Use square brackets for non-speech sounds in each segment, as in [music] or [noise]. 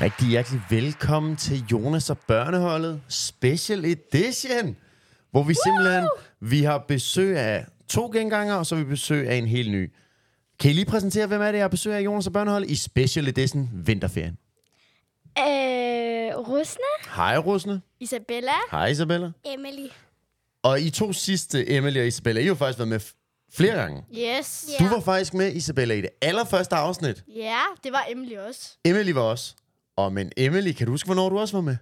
Rigtig hjertelig velkommen til Jonas og Børneholdet Special Edition, hvor vi simpelthen vi har besøg af to genganger, og så har vi besøg af en helt ny. Kan I lige præsentere, hvem er det, jeg har besøg af Jonas og Børneholdet i Special Edition vinterferien? Øh, Rusne, Hej Rusne. Isabella, Hej Isabella. Emily. Og I to sidste, Emily og Isabella, I har faktisk været med f- flere gange. yes. Ja. Du var faktisk med, Isabella, i det allerførste afsnit. Ja, det var Emily også. Emily var også. Og men Emily, kan du huske, hvornår du også var med?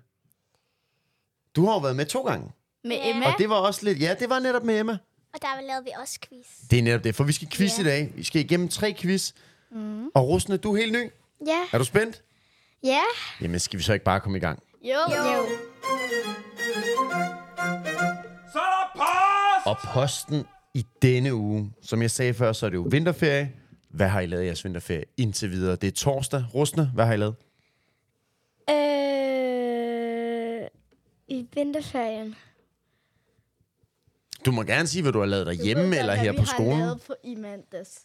Du har jo været med to gange. Med Ja. Emma. Og det var også lidt... Ja, det var netop med Emma. Og der lavede vi også quiz. Det er netop det, for vi skal quiz Ja. i dag. Vi skal igennem tre quiz. Mm. Og Rusne, du er helt ny. Ja. Er du spændt? Ja. Jamen, skal vi så ikke bare komme i gang? Jo. jo. Så er der post! Og posten i denne uge, som jeg sagde før, så er det jo vinterferie. Hvad har I lavet i jeres vinterferie indtil videre? Det er torsdag. Rusne, hvad har I lavet? Øh, I vinterferien. Du må gerne sige, hvad du har lavet derhjemme ved godt, eller hvad her vi på har skolen. lavet på i mandags.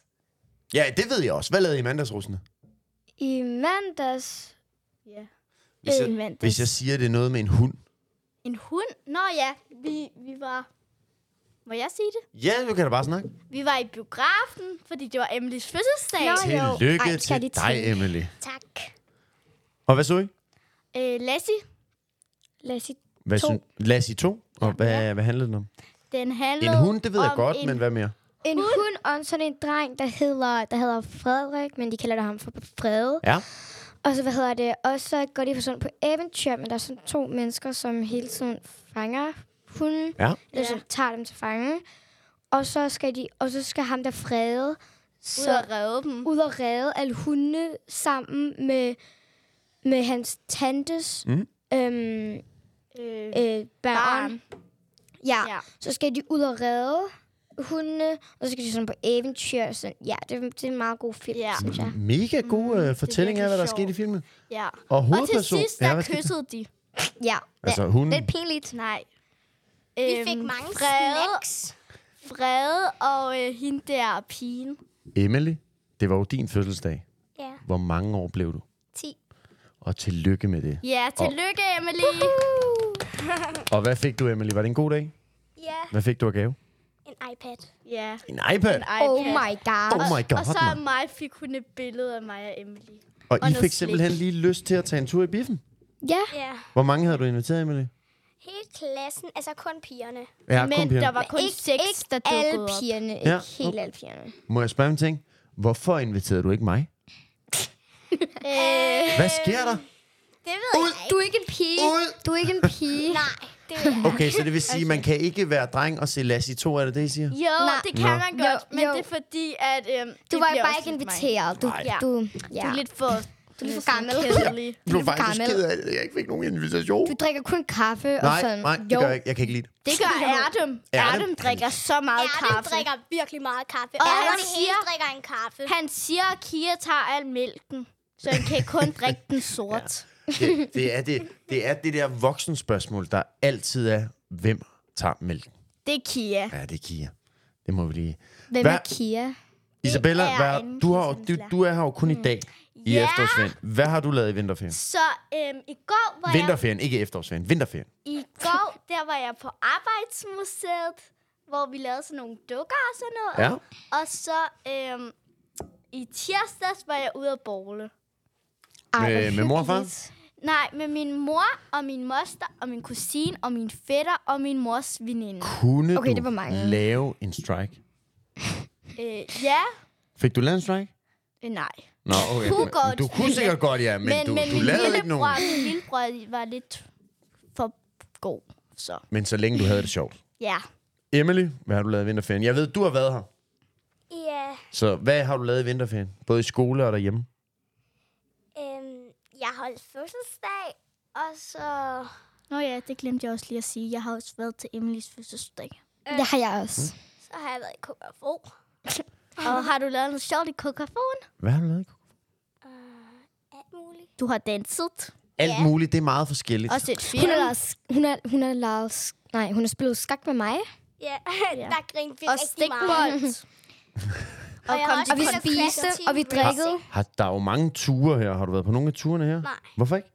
Ja, det ved jeg også. Hvad lavede I i mandags, Rusne? I mandags. Ja. Hvis Øh, i jeg, mandags. hvis jeg siger, det er noget med en hund. En hund? Nå ja, vi, vi var... Må jeg sige det? Ja, du kan da bare snakke. Vi var i biografen, fordi det var Emilys fødselsdag. Nå. jo. Tillykke Ej, skal til jeg lige dig, Emily. Tak. Og hvad så I? Øh, Lassie, Lad os sige. Hvad To. syn- Lassie 2? Og hvad, hvad handlede den om? den handlede En hund, det ved jeg om godt, en... men hvad mere? En hund og sådan en dreng, der hedder, der hedder Frederik, men de kalder det ham for Frede. Ja. Og så, hvad hedder det, og så går de på sådan på eventyr, men der er sådan to mennesker, som hele tiden fanger hunden. Ja. Eller Ja. som tager dem til fange. Og så skal, de, og så skal ham der Frede, Ud så og redde dem. ud og redde alle hunde sammen med, med hans tantes Mhm. øhm, Øh, øh, barn. barn. Ja. Ja. ja, så skal de ud og redde hundene, og så skal de sådan på eventyr. og Sådan. Ja, det, det er en meget god film, Ja. Mm, ja. synes jeg. Mega god øh, fortælling af, hvad der virkelig skete i filmen. ja. Og Og til hovedperson... sidst, Ja, der hvad skete kyssede de. Ja, Altså, hun... lidt pinligt. Nej. Vi Øhm, fik mange Frede, snacks. Frede og øh, hende der pigen. Emily, det var jo din fødselsdag. Ja. Hvor mange år blev du? 10. Og tillykke med det. Ja, tillykke, Emily. Og hvad fik du, Emily? Var det en god dag? Ja. Hvad fik du af gave? En iPad. Ja. En iPad! Oh my god. Oh my god, Og så af mand. mig fik hun et billede af mig og Emily. Og og I noget fik simpelthen slik. lige lyst til at tage en tur i biffen. Ja. Ja, Hvor mange havde du inviteret, Emily? hele klassen, altså kun pigerne. Ja, Men der var kun Ikke, seks, ikke der alle dukkede op. pigerne. Ja. Ikke helt alle pigerne. Må jeg spørge om en ting? Hvorfor inviterede du ikke mig? Hvad sker der? Det ved Ud. jeg ikke. Du er ikke en pige. Ud! Du er ikke en pige. Nej, det ved [laughs] jeg Okay, så det vil sige, at man kan ikke være dreng og se Lassie 2, er det det, I siger? Jo, Nå. det kan Nå. man godt, Jo, men jo. det er fordi, at... Du Øhm, var det bliver bare også ikke lidt mig. inviteret. Du, Nej. du, Du ja. er lidt for... [laughs] Du er lidt for gammel. Jeg blev faktisk gammel. ked af det, jeg ikke fik nogen invitation. du drikker kun kaffe og Nej, sådan. nej, det gør jeg ikke. Jeg kan ikke lide det. Det gør Erdem. Erdem. Erdem drikker så meget ikke. kaffe. Erlen drikker virkelig meget kaffe. Og Og han Erlen hele siger- drikker en kaffe. Han siger, at Kia tager al mælken, så han kan kun drikke den sort. det. Det er det, det er det der voksenspørgsmål, der altid er, hvem tager mælken? Det er Kia. Ja, det er Kia. Det må vi lige... Hvem Hvad? er Kia? Isabella, er hvad, en du, har, jo- du, du er her jo kun i dag i Ja. efterårsferien. Hvad har du lavet i vinterferien? Så øhm, i går var jeg Vinterferien, ikke efterårsferien. Vinterferien. I går, der var jeg på Arbejdsmuseet, hvor vi lavede sådan nogle dukker og sådan noget. Ja. Og så øhm, i tirsdags var jeg ude at bowle. Ej, hvor Med- med mor og far? hyggeligt. Nej, med min mor og min moster og min kusine og min fætter og min mors veninde. Kunne Okay, du det var mange. lave en strike? Øh, ja, Fik du lavet en strike? øh, nej. Nå, okay. Kunne men- godt. Du kunne sikkert godt, ja, men, men du, men du min, lavede ikke lillebror, nogen. min lillebror var lidt for god, så Men så længe du havde det sjovt. ja. Emily, hvad har du lavet i vinterferien? Jeg ved, du har været her. Ja, Så hvad har du lavet i vinterferien? Både i skole og derhjemme? øhm, jeg holdt fødselsdag, og så... Nå ja, det glemte jeg også lige at sige. Jeg har også været til Emilys fødselsdag. Det har jeg også. Hm? Så har jeg været i KFO. Og har du lavet noget sjovt i kokafon? Hvad har du lavet? Alt muligt. Du har danset. Alt muligt, det er meget forskelligt. Også et Hun film. har, lavet, sk- hun har, hun har lavet, sk- nej, hun har spillet skak med mig. Ja, Ja. [laughs] der grinte vi Og [laughs] rigtig meget. stikbold. Og, jeg kom var til Og vi også kon- på en spiste, fast og vi team drikkede. racing, Har, der er jo mange ture her. Har du været på nogle af turene her? Nej. Hvorfor ikke?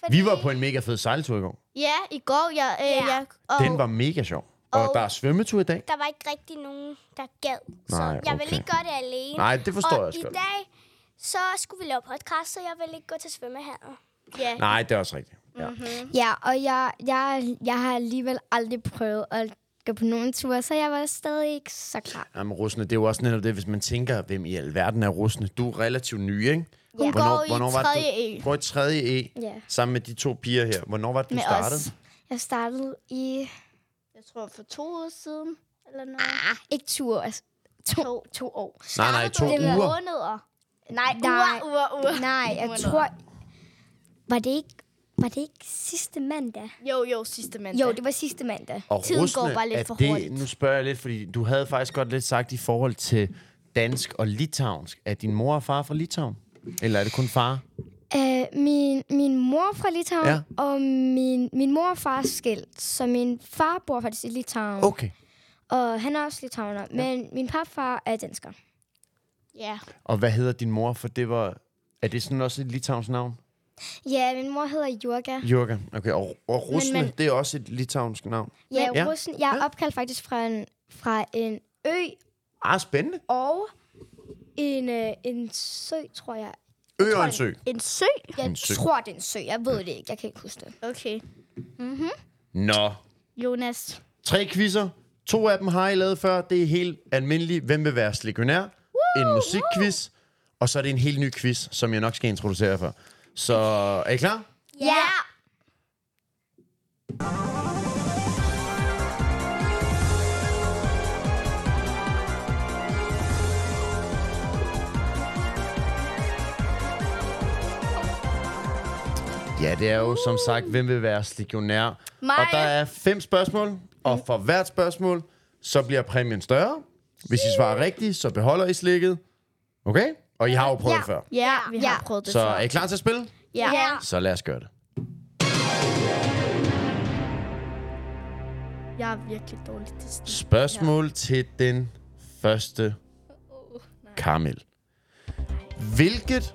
fordi- Vi var på en mega fed sejltur i går. Ja, i går, jeg... Øh, Ja. jeg og, Den var mega sjov. Og, Og- der er svømmetur i dag. Der var ikke rigtig nogen, der gad. Så Nej, jeg ville okay. ikke gøre det alene. Nej, det forstår og jeg også i godt. dag, så skulle vi lave podcast, så jeg ville ikke gå til svømmehallen. ja. Nej, det er også rigtigt. Ja. Mm-hmm. Ja, og jeg, jeg, jeg har alligevel aldrig prøvet at gå på nogen tur, så jeg var stadig ikke så klar. Jamen, russene, det er jo også netop det, hvis man tænker, hvem i alverden er russene. Du er relativt ny, ikke? Hun Ja. går i tredje E. Du går i 3. E Ja. sammen med de to piger her. Hvornår var det, du Med startede? os. Jeg startede i Jeg tror, for to uger siden. Eller noget. Ah, ikke to år, altså to, to år. Nej, nej, to det uger. måneder. Nej, uger, Nej. uger, uger. Nej, jeg Måneder. tror... Var det ikke, var det ikke sidste mandag? Jo, jo, sidste mandag. Jo, det var sidste mandag. Og Tiden går russene, bare lidt er for det, hurtigt. Nu spørger jeg lidt, fordi du havde faktisk godt lidt sagt i forhold til dansk og litauisk. Er din mor og far fra Litauen? Eller er det kun far? Øh, min, min mor er fra Litauen, Ja. ja. og min, min mor og far er skilt, så min far bor faktisk i Litauen, oh. Okay. og han er også litauer, ja. men min papfar er dansker. Ja. Og hvad hedder din mor? For det var... Er det sådan også et litauens navn? Ja, min mor hedder Jurga. Jurga. Okay, og, og russene, men- det er også et litauensk navn. Ja, Ja. ja. Russen, jeg er opkaldt faktisk fra en, fra en ø Ah, spændende. og en, øh, en sø, tror jeg. Ø og en sø. En sø? Jeg En sø. tror, det er en sø. Jeg ved det ikke. Jeg kan ikke huske det. Okay. Nå. Jonas. Tre quizzer. To af dem har I lavet før. Det er helt almindeligt. Hvem vil være slikionær? En musikquiz. Og så er det en helt ny quiz, som jeg nok skal introducere jer for. Så er I klar? Ja. Ja, det er jo som sagt, hvem vil være slikionær? Mig. Og der er fem spørgsmål, og for hvert spørgsmål, så bliver præmien større. Hvis I svarer rigtigt, så beholder I slikket. Okay? Og I har jo prøvet Ja. det før. Ja, vi har Ja. prøvet det Så før. er I klar til at spille? Ja. Ja. Så lad os gøre det. Jeg er virkelig dårlig til sådan. Spørgsmål ja. til den første Kamel. Hvilket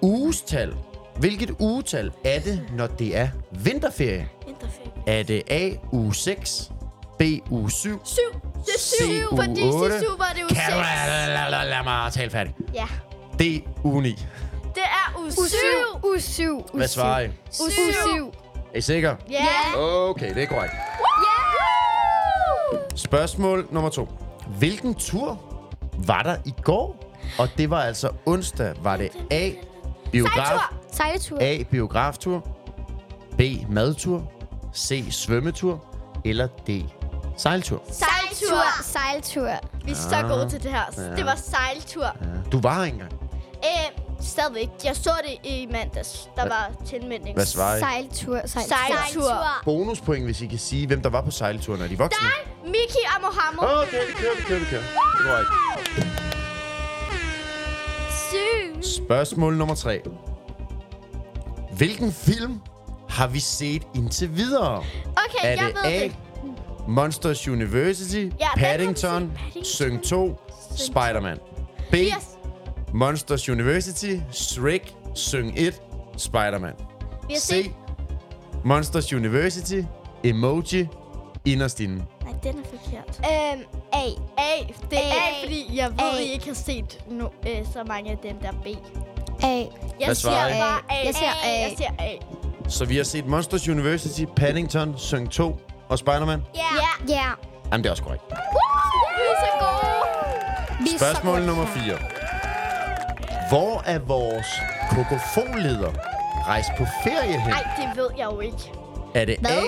ugestal, hvilket ugetal er det, når det er vinterferie? Vinterferie. Er det A uge 6, B uge 7, Syv. Det er syv. Se, Fordi uge otte. sidste uge var det uge Kan du seks. lad, lad, lad, lad mig tale færdig. Ja. D uge 9. Det er uge syv. U7. Hvad svarer I? U7. Er I sikre? Ja. Okay, det er korrekt. Spørgsmål nummer to. Hvilken tur var der i går? Og det var altså onsdag. Var det A. Biograf, Sejletur. A. Biograftur. B. Madtur. C. Svømmetur. Eller D. Sejltur. Sejltur. Sejltur. Vi er så Ah. gode til det her. Det var sejltur. Du var her ikke engang. Øh, stadigvæk. Jeg så det i mandags. Der var tilmelding. Hvad svarer I? Sejltur. Sejltur. Bonuspoint, hvis I kan sige, hvem der var på sejlturen, når de er voksne. Dig, Miki og Mohammed. Okay, vi kører, vi kører, vi kører. Det går ikke. Syv. Spørgsmål nummer tre. Hvilken film har vi set indtil videre? Okay, Er jeg det ved A, det. Monsters University, har vi Paddington, set. Paddington. Søng 2, Spider-Man? B, Yes. Monsters University, Shrek, Søng 1, Spider-Man? Vi har set. C, Monsters University, Emoji, Inderst Inden. Nej, den er forkert. Øhm, A. A. Det er A, A. fordi jeg ved, A. I ikke har set no, øh, så mange af dem, der er B. A. Jeg Hvad siger svarer I? bare A. Jeg siger A. Jeg siger A. Så vi har set Monsters University, Paddington, Søng 2 og Spider-Man? Ja. Ja. Ja. Jamen, det er også korrekt. Vi er så gode. Vi er så Spørgsmål gode. nummer 4. Hvor er vores kokofonleder rejst på ferie hen? Nej, det ved jeg jo ikke. Er det A?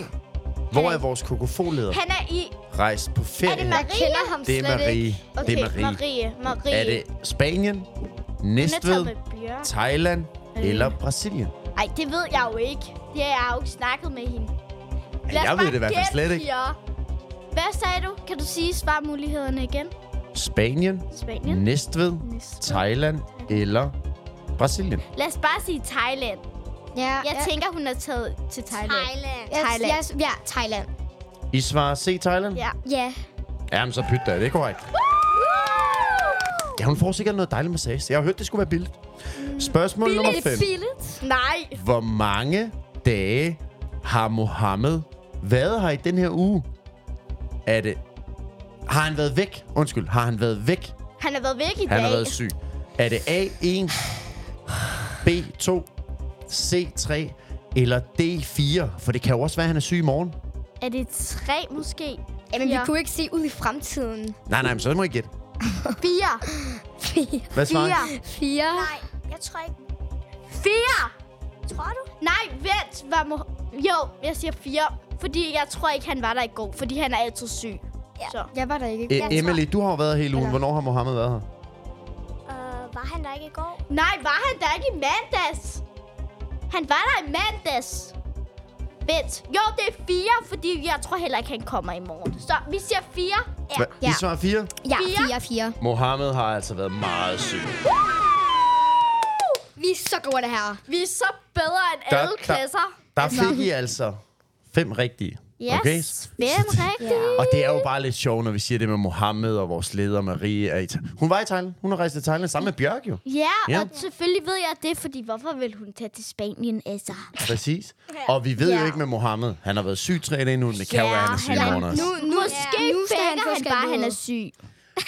Hvor er vores kokofonleder Han er i... rejst på Er ferie det hen? Marie? kender ham Det er slet Marie. ikke. Det Okay, er Marie. Marie. Marie. Er det Spanien, Hun er taget Næstved, med Bjørn. Thailand eller Brasilien? Nej, det ved jeg jo ikke. Det har jeg jo ikke snakket med hende. Lad os Jeg ved bare det i hvert fald gætte, slet ikke. piger. Hvad sagde du? Kan du sige svarmulighederne igen? Spanien, Spanien? Mm. Næstved, Thailand eller Brasilien? Lad os bare sige Thailand. Ja. Jeg tænker, hun er taget til Thailand. Thailand. Thailand. Thailand. Jeg, jeg, ja, Thailand. I svarer C, Thailand? Ja. Ja. Jamen, så pyt da. Det er korrekt. Ja, hun får sikkert noget dejligt massage. Jeg har hørt, det skulle være billigt. Spørgsmål nummer 5. Billigt. Nej. Hvor mange dage har Mohammed været her i den her uge? Er det... Har han været væk? Undskyld, har han været væk? Han har været væk i Han dag. har været syg. Er det A1, B2, C3 eller D4? For det kan jo også være, at han er syg i morgen. Er det tre måske? Jamen, vi Ja. kunne ikke se ud i fremtiden. Nej, nej, men så må I gætte. Fire. Fire. Hvad svarer [laughs] I? Fire. Fire. Nej, jeg tror ikke. Fire! Tror du? Nej, vent. Hvad må... Jo, jeg siger fire. Fordi jeg tror ikke, han var der i går. Fordi han er altid syg. Ja. Så. Jeg var der ikke. Æ, E- Emily, du har jo været her hele ugen. Hvornår har Mohammed været her? Uh, var han der ikke i går? Nej, var han der ikke i mandags? Han var der i mandags. Vent. Jo, det er fire, fordi jeg tror heller ikke, han kommer i morgen. Så vi siger fire. Hva? I svarer 4? Ja, Fire. fire, fire. Mohammed har altså været meget syg. Vi er så gode, det her. Vi er så bedre end Der- alle der- klasser. Der fik I altså fem rigtige. Yes, Okay? fem rigtigt. Og det er jo bare lidt sjovt, når vi siger det med Mohammed og vores leder Marie. Er i Tha- hun var i Thailand. Hun har rejst til Thailand sammen med Bjørk jo. Ja, Ja. og selvfølgelig ved jeg det, fordi hvorfor vil hun tage til Spanien, altså? Præcis. Og vi ved jo Ja. ikke med Mohammed. Han har været syg tre dage nu, men det kan jo være, han er syg i morgen også. nu, nu, Måske nu skal faker han få han, skæld bare, ud. han er syg.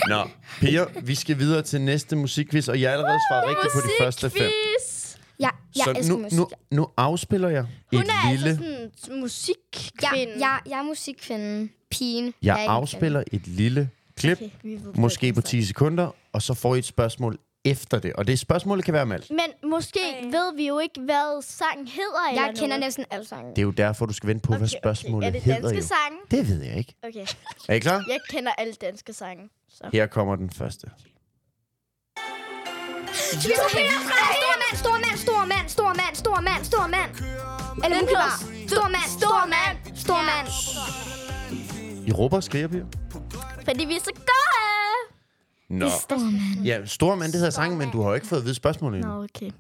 Nå, piger, vi skal videre til næste musikquiz, og jeg har allerede svaret rigtigt på de første fem. Ja, jeg Så elsker nu, musik. nu, nu afspiller jeg Hun et er lille... altså sådan en Ja, musikkvinde. jeg, jeg er musikkvinden. Pigen. er Jeg ikke en afspiller et lille klip, vi ved, måske på 10 sekunder, og så får I et spørgsmål efter det. Og det spørgsmål kan være om alt. Men måske øh. ved vi jo ikke, hvad sangen hedder. kvinde. eller Jeg kender noget. næsten alle sange. Det er jo derfor, du skal vente på, okay, hvad Okay, spørgsmålet okay. Er det hedder danske jo. sange? Det ved jeg ikke. Okay. Er I klar? Jeg kender alle danske sange. Så. Her kommer den første. Stor mand, stor mand, stor mand, stor mand, stor mand, stor mand. Eller hun var. Stor mand, stor mand, stor mand. I råber og skriger, piger? Fordi vi er så gode! Nå. Ja, Stormand, det hedder sangen, men du har jo ikke fået at vide spørgsmålet endnu. okay.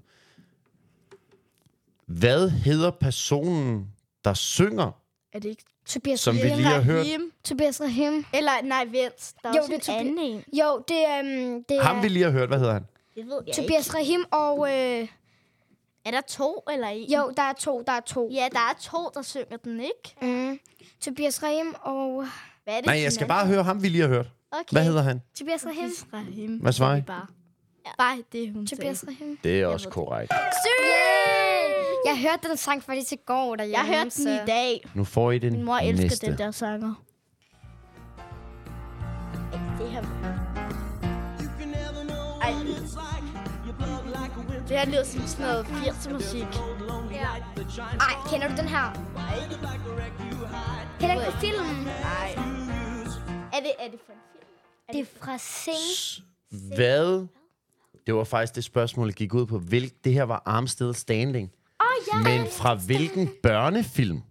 Hvad hedder personen, der synger, Er det ikke Tobias som vi lige har hørt? Rahim? Tobias Rahim. Eller, nej, vent. Der er Jo, jo, også det er en Tobi- anden en. Jo, det, øhm, det er Ham vi lige har hørt, hvad hedder han? Det ved jeg Tobias Rahim, og øh, Er der to eller en? jo, der er to, der er to. Ja, der er to, der synger den, ikke? Mm. Tobias Rahim og... Hvad er det Nej, jeg skal bare høre ham, vi lige har hørt. Okay. Hvad hedder han? Tobias Rahim. Rahim. Hvad svarer I? Bare. Ja. bare det, hun Tobias sagde. Rahim. Det er også korrekt. Jeg hørte den sang faktisk i går derhjemme. Jeg hørte den i dag. Nu får I den Min mor elsker næste. den der sanger. Det her... Ej. Det her lyder som sådan noget 80'er musik. Ej, kender du den her? Heller ikke fra filmen. Er det, er det for en film? Det er fra Sing. Hvad? Det var faktisk det spørgsmål, der gik ud på. Hvilk, det her var Armstead Standing. Åh, ja! Men fra hvilken børnefilm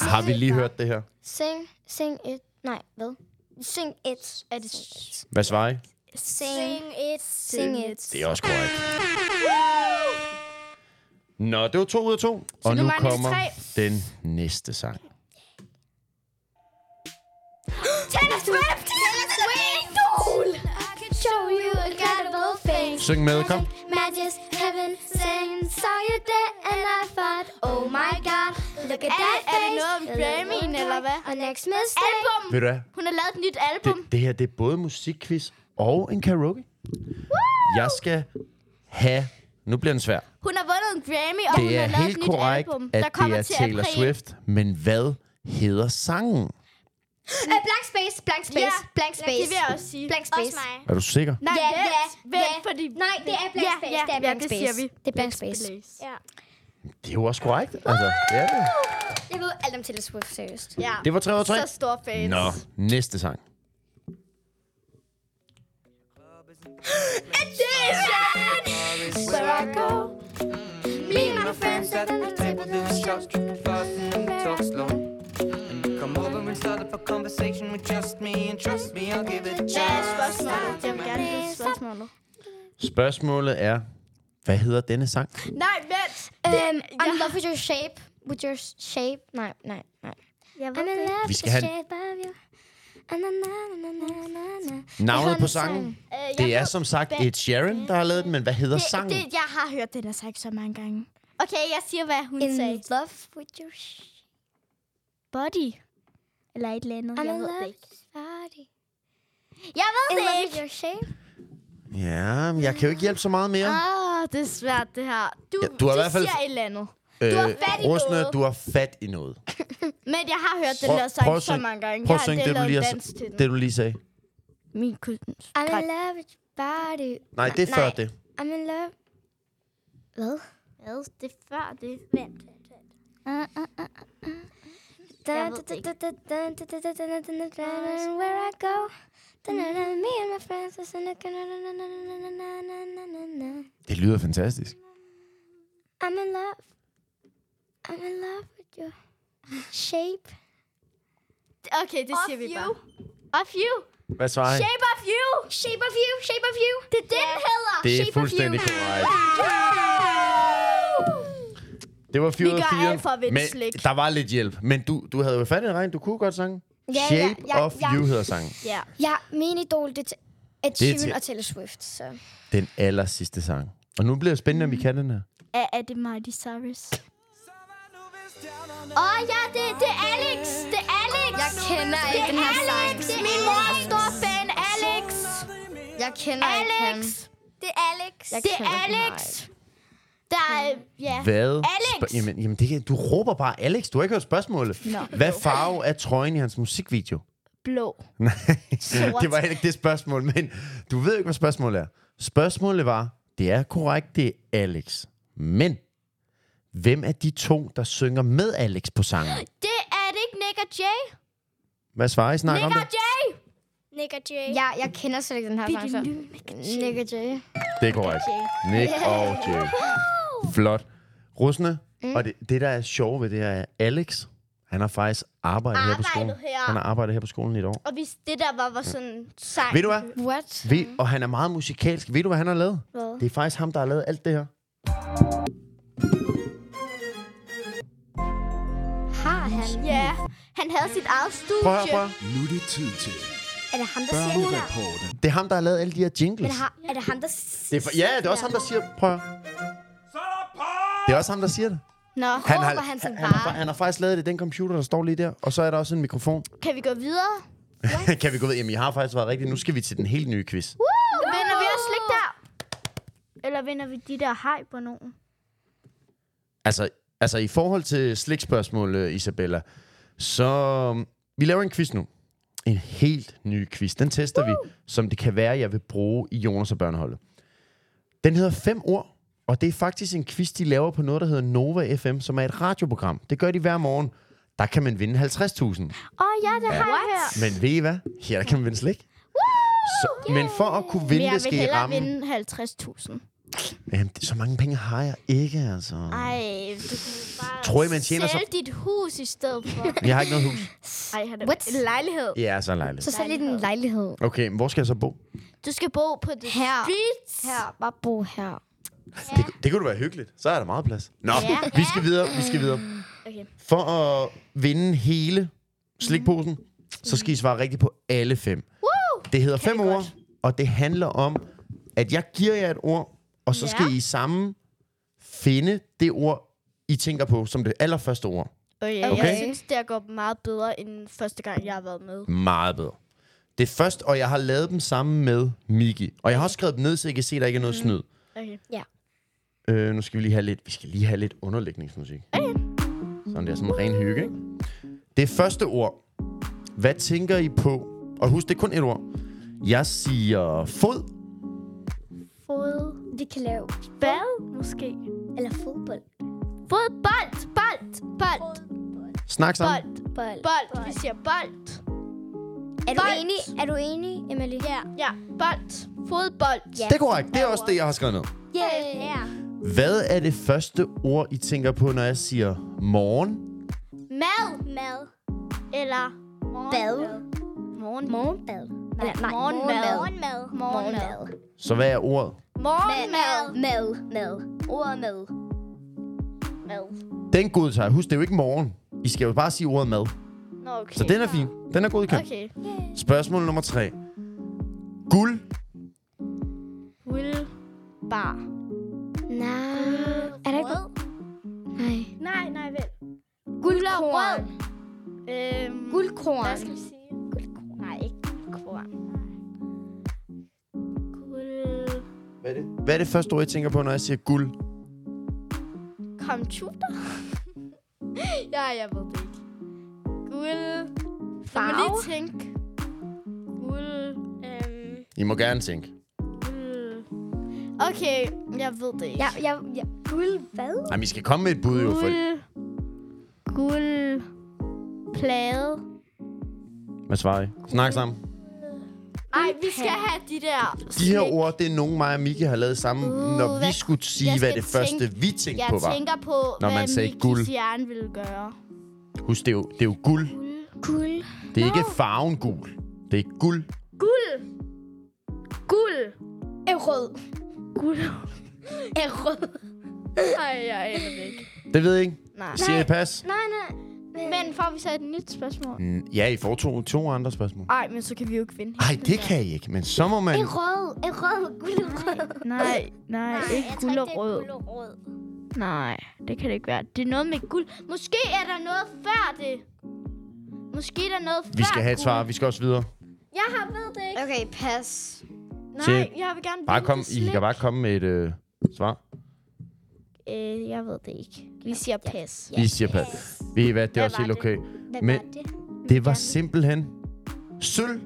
har vi lige hørt det her? Sing, sing et. Nej, hvad? Sing et. Er det sing, Hvad svarer I? sing et. sing et? Det er også korrekt. Nå, det var to ud af to. og nu nu mangler vi kommer tre. den næste sang. Taylor Swift! Taylor Swift! Idol! Show you incredible things. Syng med, kom. Magic heaven sent. Saw you there and I thought, oh my god. Look at Er, that er det noget om face. Grammy'en, eller hvad? Og next mistake. Album! Ved du hvad? Hun har lavet et nyt album. Det, det her, det er både musikquiz og en karaoke. Jeg skal have... Nu bliver den svær. Hun har vundet en Grammy, og hun Det er har lavet et helt nyt korrekt, album. at der det kommer er til Taylor april. Swift. Men hvad hedder sangen? Uh, blank space, blank space, Ja, blank Det space. vil jeg også sige. Blank space. Også mig. Er du sikker? Nej, Ja, vent, ja, vent, ja. fordi... Nej, det er blank Ja, space. ja, det er ja, blank det space. siger vi. Det er blank space. Ja. Det er jo også korrekt. Altså, det er det. Jeg ved alt om Taylor Swift, seriøst. Ja. Det var tre ud af tre. Så stor fans. Nå, næste sang. Where I go. Me and my friends at the table do shots. fast and we talk slow. And you come over and start up a conversation with just me, and trust me, I'll give it a Hvad er chance. spørgsmålet? Jeg vil gerne vide spørgsmålet. Spørgsmålet er, hvad hedder denne sang? Nej, vent. Um, I'm in love with your shape. With your shape. Nej, nej, nej. Jeg I'm in Vi love with skal the have shape of you. Navnet på sangen? Øh, jeg Det er ved- som sagt Ed Sheeran, der har lavet den, men hvad hedder det, sangen? det, Jeg har hørt den her sang så mange gange. Okay, jeg siger, hvad hun In sagde. love with your sh- Body. Eller et eller andet. I'm jeg in ved det love ikke. body. Jeg ved In det love with ikke. your shape. Ja, men jeg kan jo ikke hjælpe så meget mere. Åh, oh, det er svært, det her. Du, Ja, du har i hvert fald- siger et eller andet. Øh, Ah, har fat i Rosne, noget. du har fat i noget. Men jeg har hørt den Prøv- prøv her sang at så synge- mange gange. Prøv Jeg at synge har det, du lavet lige, har, dans til den. det, du lige sagde. Min kunst. I'm in Græt. love with your body. Nej, det er før det. I'm in love. Hvad? Hvad? Det er før det. Vent, vent, vent. uh, Da, ved da, det da, da, da, da, da, da, da, da, da, da, da, da, Where I go. Da, da, da, Me and my friends are singing, da, da, da, da, da, da, da, da, da, da, da. Det lyder fantastisk. I'm in love. I'm in love with your shape. Okay, det siger Of vi you. bare. Of you. Hvad svarer jeg? Shape of you. Oh, Shape of you, shape of you. Det er det, den hedder. Det er fuldstændig korrekt. Det var 4 Vi gør alt for at vinde men slik. der var lidt hjælp. Men du, du havde jo fat i regn. Du kunne godt sange. ja, Shape ja, of ja. You hedder sangen. Ja. Ja, min idol, det er til Ed er til- Sheeran og Taylor Swift. Så. Den aller sidste sang. Og nu bliver det spændende, om vi kan den her. Er, er det Miley Cyrus? Åh, Åh oh, ja, det, det er Alex. Det er Alex. Jeg kender det ikke er den her sang. Alex. Det er min mor er stor fan. Alex. Jeg kender ikke ham. Alex. Det er Alex. Jeg Det er kender den Alex. ikke. Der er... Ja. Hvad? Alex! jamen, jamen det kan, du råber bare Alex. Du har ikke hørt spørgsmålet. Nå. Hvad farve er trøjen i hans musikvideo? Blå. [laughs] Nej, det var heller ikke det spørgsmål, men du ved ikke, hvad spørgsmålet er. Spørgsmålet var, det er korrekt, det er Alex. Men, hvem er de to, der synger med Alex på sangen? [gasps] Det er det ikke Nick og Jay? Hvad svarer I snakker om Nick og det? Jay! Nick og Jay. Ja, jeg kender slet ikke den her sang. Så. Nick og Jay. Det er korrekt. Nick og Jay. Flot. Rusne, mm. og det, det, der er sjovt ved det her, er Alex, han har faktisk arbejdet her på Arbejdet skolen. her. Han har arbejdet her på skolen i et år. Og hvis det der var, var sådan en sang. Ved du hvad? What? Ved, og han er meget musikalsk. Ved du, hvad han har lavet? Hvad? Det er faktisk ham, der har lavet alt det her. Har han? Ja. Ah, Han havde sit eget studie. Prøv at høre, prøv at høre. Nu er det tid til Er det ham, der siger det her? Børnereporten. Det er ham, der har lavet alle de her jingles. Men har, er det ham, der Det er for, ja, det er også ham, der siger, prøv at høre. Så er der pause! Det er også ham, der siger det. Nå, Han har, Råber han sådan han, har, bare? fa- han har faktisk lavet det i den computer, der står lige der. Og så er der også en mikrofon. kan vi gå videre? [laughs] kan vi gå ved? Jamen, I har faktisk været rigtigt. Nu skal vi til den helt nye quiz. Vinder vi også slik der? Eller vinder vi de der hej på nogen? Altså, altså i forhold til slikspørgsmål, øh, Isabella. Så um, vi laver en quiz nu. En helt ny quiz. Den tester vi, som det kan være, jeg vil bruge i Jonas og Børneholdet. Den hedder Fem Ord, og det er faktisk en quiz, de laver på noget, der hedder Nova FM, som er et radioprogram. Det gør de hver morgen. Der kan man vinde 50.000. Åh oh, ja, det har jeg hørt. Men ved I hvad? Her kan man vinde slik. Så, men for at kunne vinde, jeg det vil skal I hellere ramme... vinde 50.000. Jamen, det- så mange penge har jeg ikke, altså. Ej, du kunne bare Tror I, man tjener så... sælge dit hus i stedet for. Jeg har ikke noget hus. Ej, har det What? en lejlighed. Ja, så en lejlighed. Så sælg lige en lejlighed. Okay, men hvor skal jeg så bo? Du skal bo på the Her. streets. Her. Bare bo her. Det, det kunne da være hyggeligt. Så er der meget plads. Nå, ja. vi skal videre, vi skal videre. Okay. For at vinde hele slikposen, så skal I svare rigtigt på alle fem. Woo! Det hedder fem ord, og det handler om, at jeg giver jer et ord, og så skal Ja. I sammen finde det ord, I tænker på som det allerførste ord. Okay, okay. Okay. Jeg synes, det er gået meget bedre, end første gang, jeg har været med. Meget bedre. Det er først, og jeg har lavet dem sammen med Miki. Og jeg har også skrevet dem ned, så I kan se, at der ikke er noget snyd. Okay. Øh, nu skal vi lige have lidt, vi skal lige have lidt underlægningsmusik. Okay. Sådan der, sådan en ren hygge, ikke? Det første ord. Hvad tænker I på? Og husk, det er kun et ord. Jeg siger fod. Fod. Vi kan lave. Bad, måske. Eller fodbold. Fodbold. Bold. Bold. Snak sammen. Bold. Bold. Bold. Vi siger bold. Er du Bold. enig? Er du enig, Emily? Ja. Ja, bold. Fodbold. Ja. Det er korrekt. Det er også det, jeg har skrevet ned. Ja. Hvad er det første ord, I tænker på, når jeg siger morgen? Mad. Mad. Eller Bad. morgen. Morgenbad. Eller, nej, morgenmad. Morgenmad. Morgenmad. Så hvad er ordet? Morgenmad. Mad. Mad. Ord mad. Mad. Den godtager. jeg. Husk, det er jo ikke morgen. I skal jo bare sige ordet mad. Nå, okay. Så den er fin. Den er god i køn. Okay. Spørgsmål nummer tre. Guld Will bar. Nej. Er der ikke... Nej. Nej, nej, vel. Guldkorn. Øhm, Hvad Guldkorn. skal vi sige? Guldkorn. Nej, ikke guldkorn. Guld... Hvad er det? Hvad er det første ord, jeg tænker på, når jeg siger guld? Computer? [laughs] ja, jeg ved det ikke. Guld... Lad mig Farve. lige tænke. Guld... Øhm, I må gerne tænke. guld... Okay, jeg ved det ikke. Ja, ja, ja. Guld hvad? Ej, vi skal komme med et bud, jo. For... Guld... Guld... Plade. Hvad svarer I? Snak sammen. Ej, vi skal have de der... De her ord, det er nogen, mig og Miki har lavet sammen, Uh, når vi hvad- skulle sige, jeg hvad skal det første, tænke- vi tænkte Jeg på var. tænker på, Når hvad man sagde Mikis guld. hjerne ville gøre. Husk, det er jo, det er jo guld. Guld. Det er ikke farven gul. Det er guld. Guld! Er rød. Guld. [laughs] Er rød. Ej, jeg aner det ikke. Det ved jeg ikke. Nej. Siger I pas? Nej, nej. Men får vi så et nyt spørgsmål? Mm, Ja, I får to, to andre spørgsmål. Nej, men så kan vi jo ikke vinde. Nej, det kan I ikke, men så må man... En rød. En rød. Guldrød. [laughs] Nej, nej, ikke guld og rød. Gulerod. Nej, det kan det ikke være. Det er noget med guld. Måske er der noget før det. Måske er der noget før Vi skal have et guld. svar, vi skal også videre. Jeg har ved det ikke. Okay, pas. Se. Nej, jeg vil gerne Bare vinde kom, det I kan slik. bare komme med et øh, svar. Øh, jeg ved det ikke. Vi siger pas. Vi siger pas. Ved I hvad, det er også var helt det? okay. Hvad Men- var det? Det var simpelthen sølv.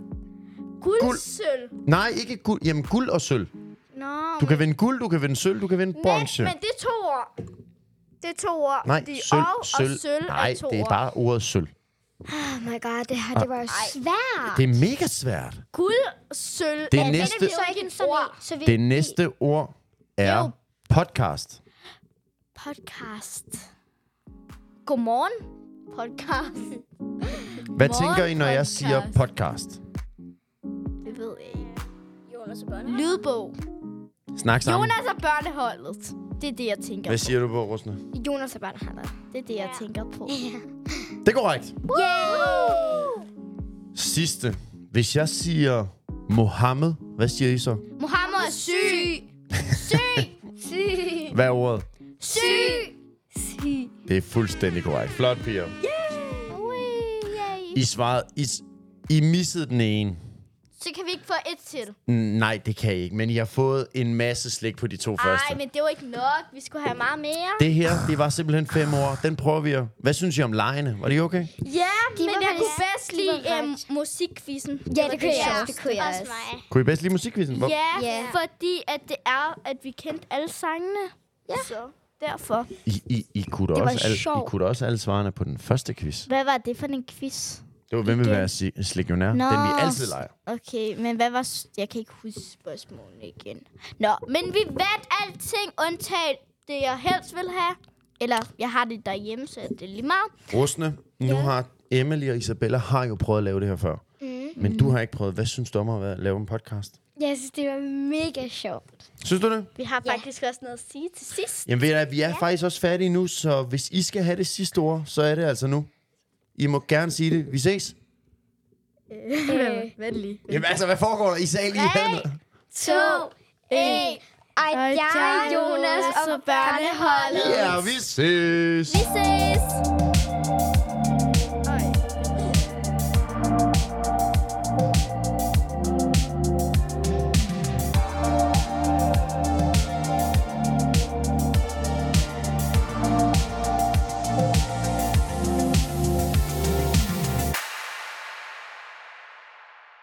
Guld, Guld. sølv. Nej, ikke guld. Jamen guld og sølv. Nå, Du kan vinde guld, du kan vinde sølv, du kan vinde bronze. Men, men det er to ord. Det er to ord. Nej, Fordi sølv, og sølv. Og sølv Nej, er to det er ord. bare ordet sølv. Oh my god, det her, Ah. det var jo svært. Det er mega svært. Guld, sølv. Det er næste- jo ikke et ord. så vi... Det næste ord er Jo. podcast. Podcast. Godmorgen. Podcast. Hvad tænker I, når jeg siger Morgenpodcast. podcast? [laughs] Det ved jeg ikke. Lydbog. Snak sammen. Jonas og børneholdet. Det er det, jeg tænker Hvad på. siger du på, Rusne? Jonas er bare her. Det er det, jeg tænker [laughs] på. Det er korrekt. Sidste. Hvis jeg siger Mohammed, hvad siger I så? Mohammed er syg. Syg. syg. Hvad er ordet? Syg. Det er fuldstændig korrekt. Flot, piger. I svarede... I, s- I missede den ene. Så kan vi ikke få et til. Mm, Nej, det kan I ikke, men I har fået en masse slik på de to første. Nej, men det var ikke nok. Vi skulle have meget mere. Det her, det var simpelthen fem år. Den prøver vi at... Hvad synes I om lejene? Var det okay? Ja, men var jeg faktisk- kunne bedst de lide var ret. øhm, musikquizzen. Ja, det kunne jeg sjoveste. også. Det kunne jeg Også også. mig. Kunne I bedst lide musikkvisten? Hvor... Ja, Ja. fordi at det er, at vi kendte alle sangene. Ja. Så derfor. I, I, I, kunne da var også alle, I sjovt. kunne da også alle svarene på den første quiz. Hvad var det for en quiz? Det var, hvem vil være si- øh, slikionær? Den vi altid leger. Okay, men hvad var... s- Jeg kan ikke huske spørgsmålene igen. Nå, men vi vandt alting, undtagen det, jeg helst vil have. Eller jeg har det derhjemme, så det er lige meget. Rusne, nu har Emily og Isabella har jo prøvet at lave det her før. Mm. Men du har ikke prøvet. Hvad synes du om at være- lave en podcast? Jeg synes, det var mega sjovt. Synes du det? Vi har faktisk også noget at sige til sidst. Jamen ved jeg, vi er faktisk også færdige nu, så hvis I skal have det sidste ord, så er det altså nu. I må gerne sige det. Vi ses. Vent lige. Jamen altså, hvad foregår der? I sagde lige hey. To, en. Ej, jeg, Jonas og børneholdet. Ja, vi ses. Vi ses.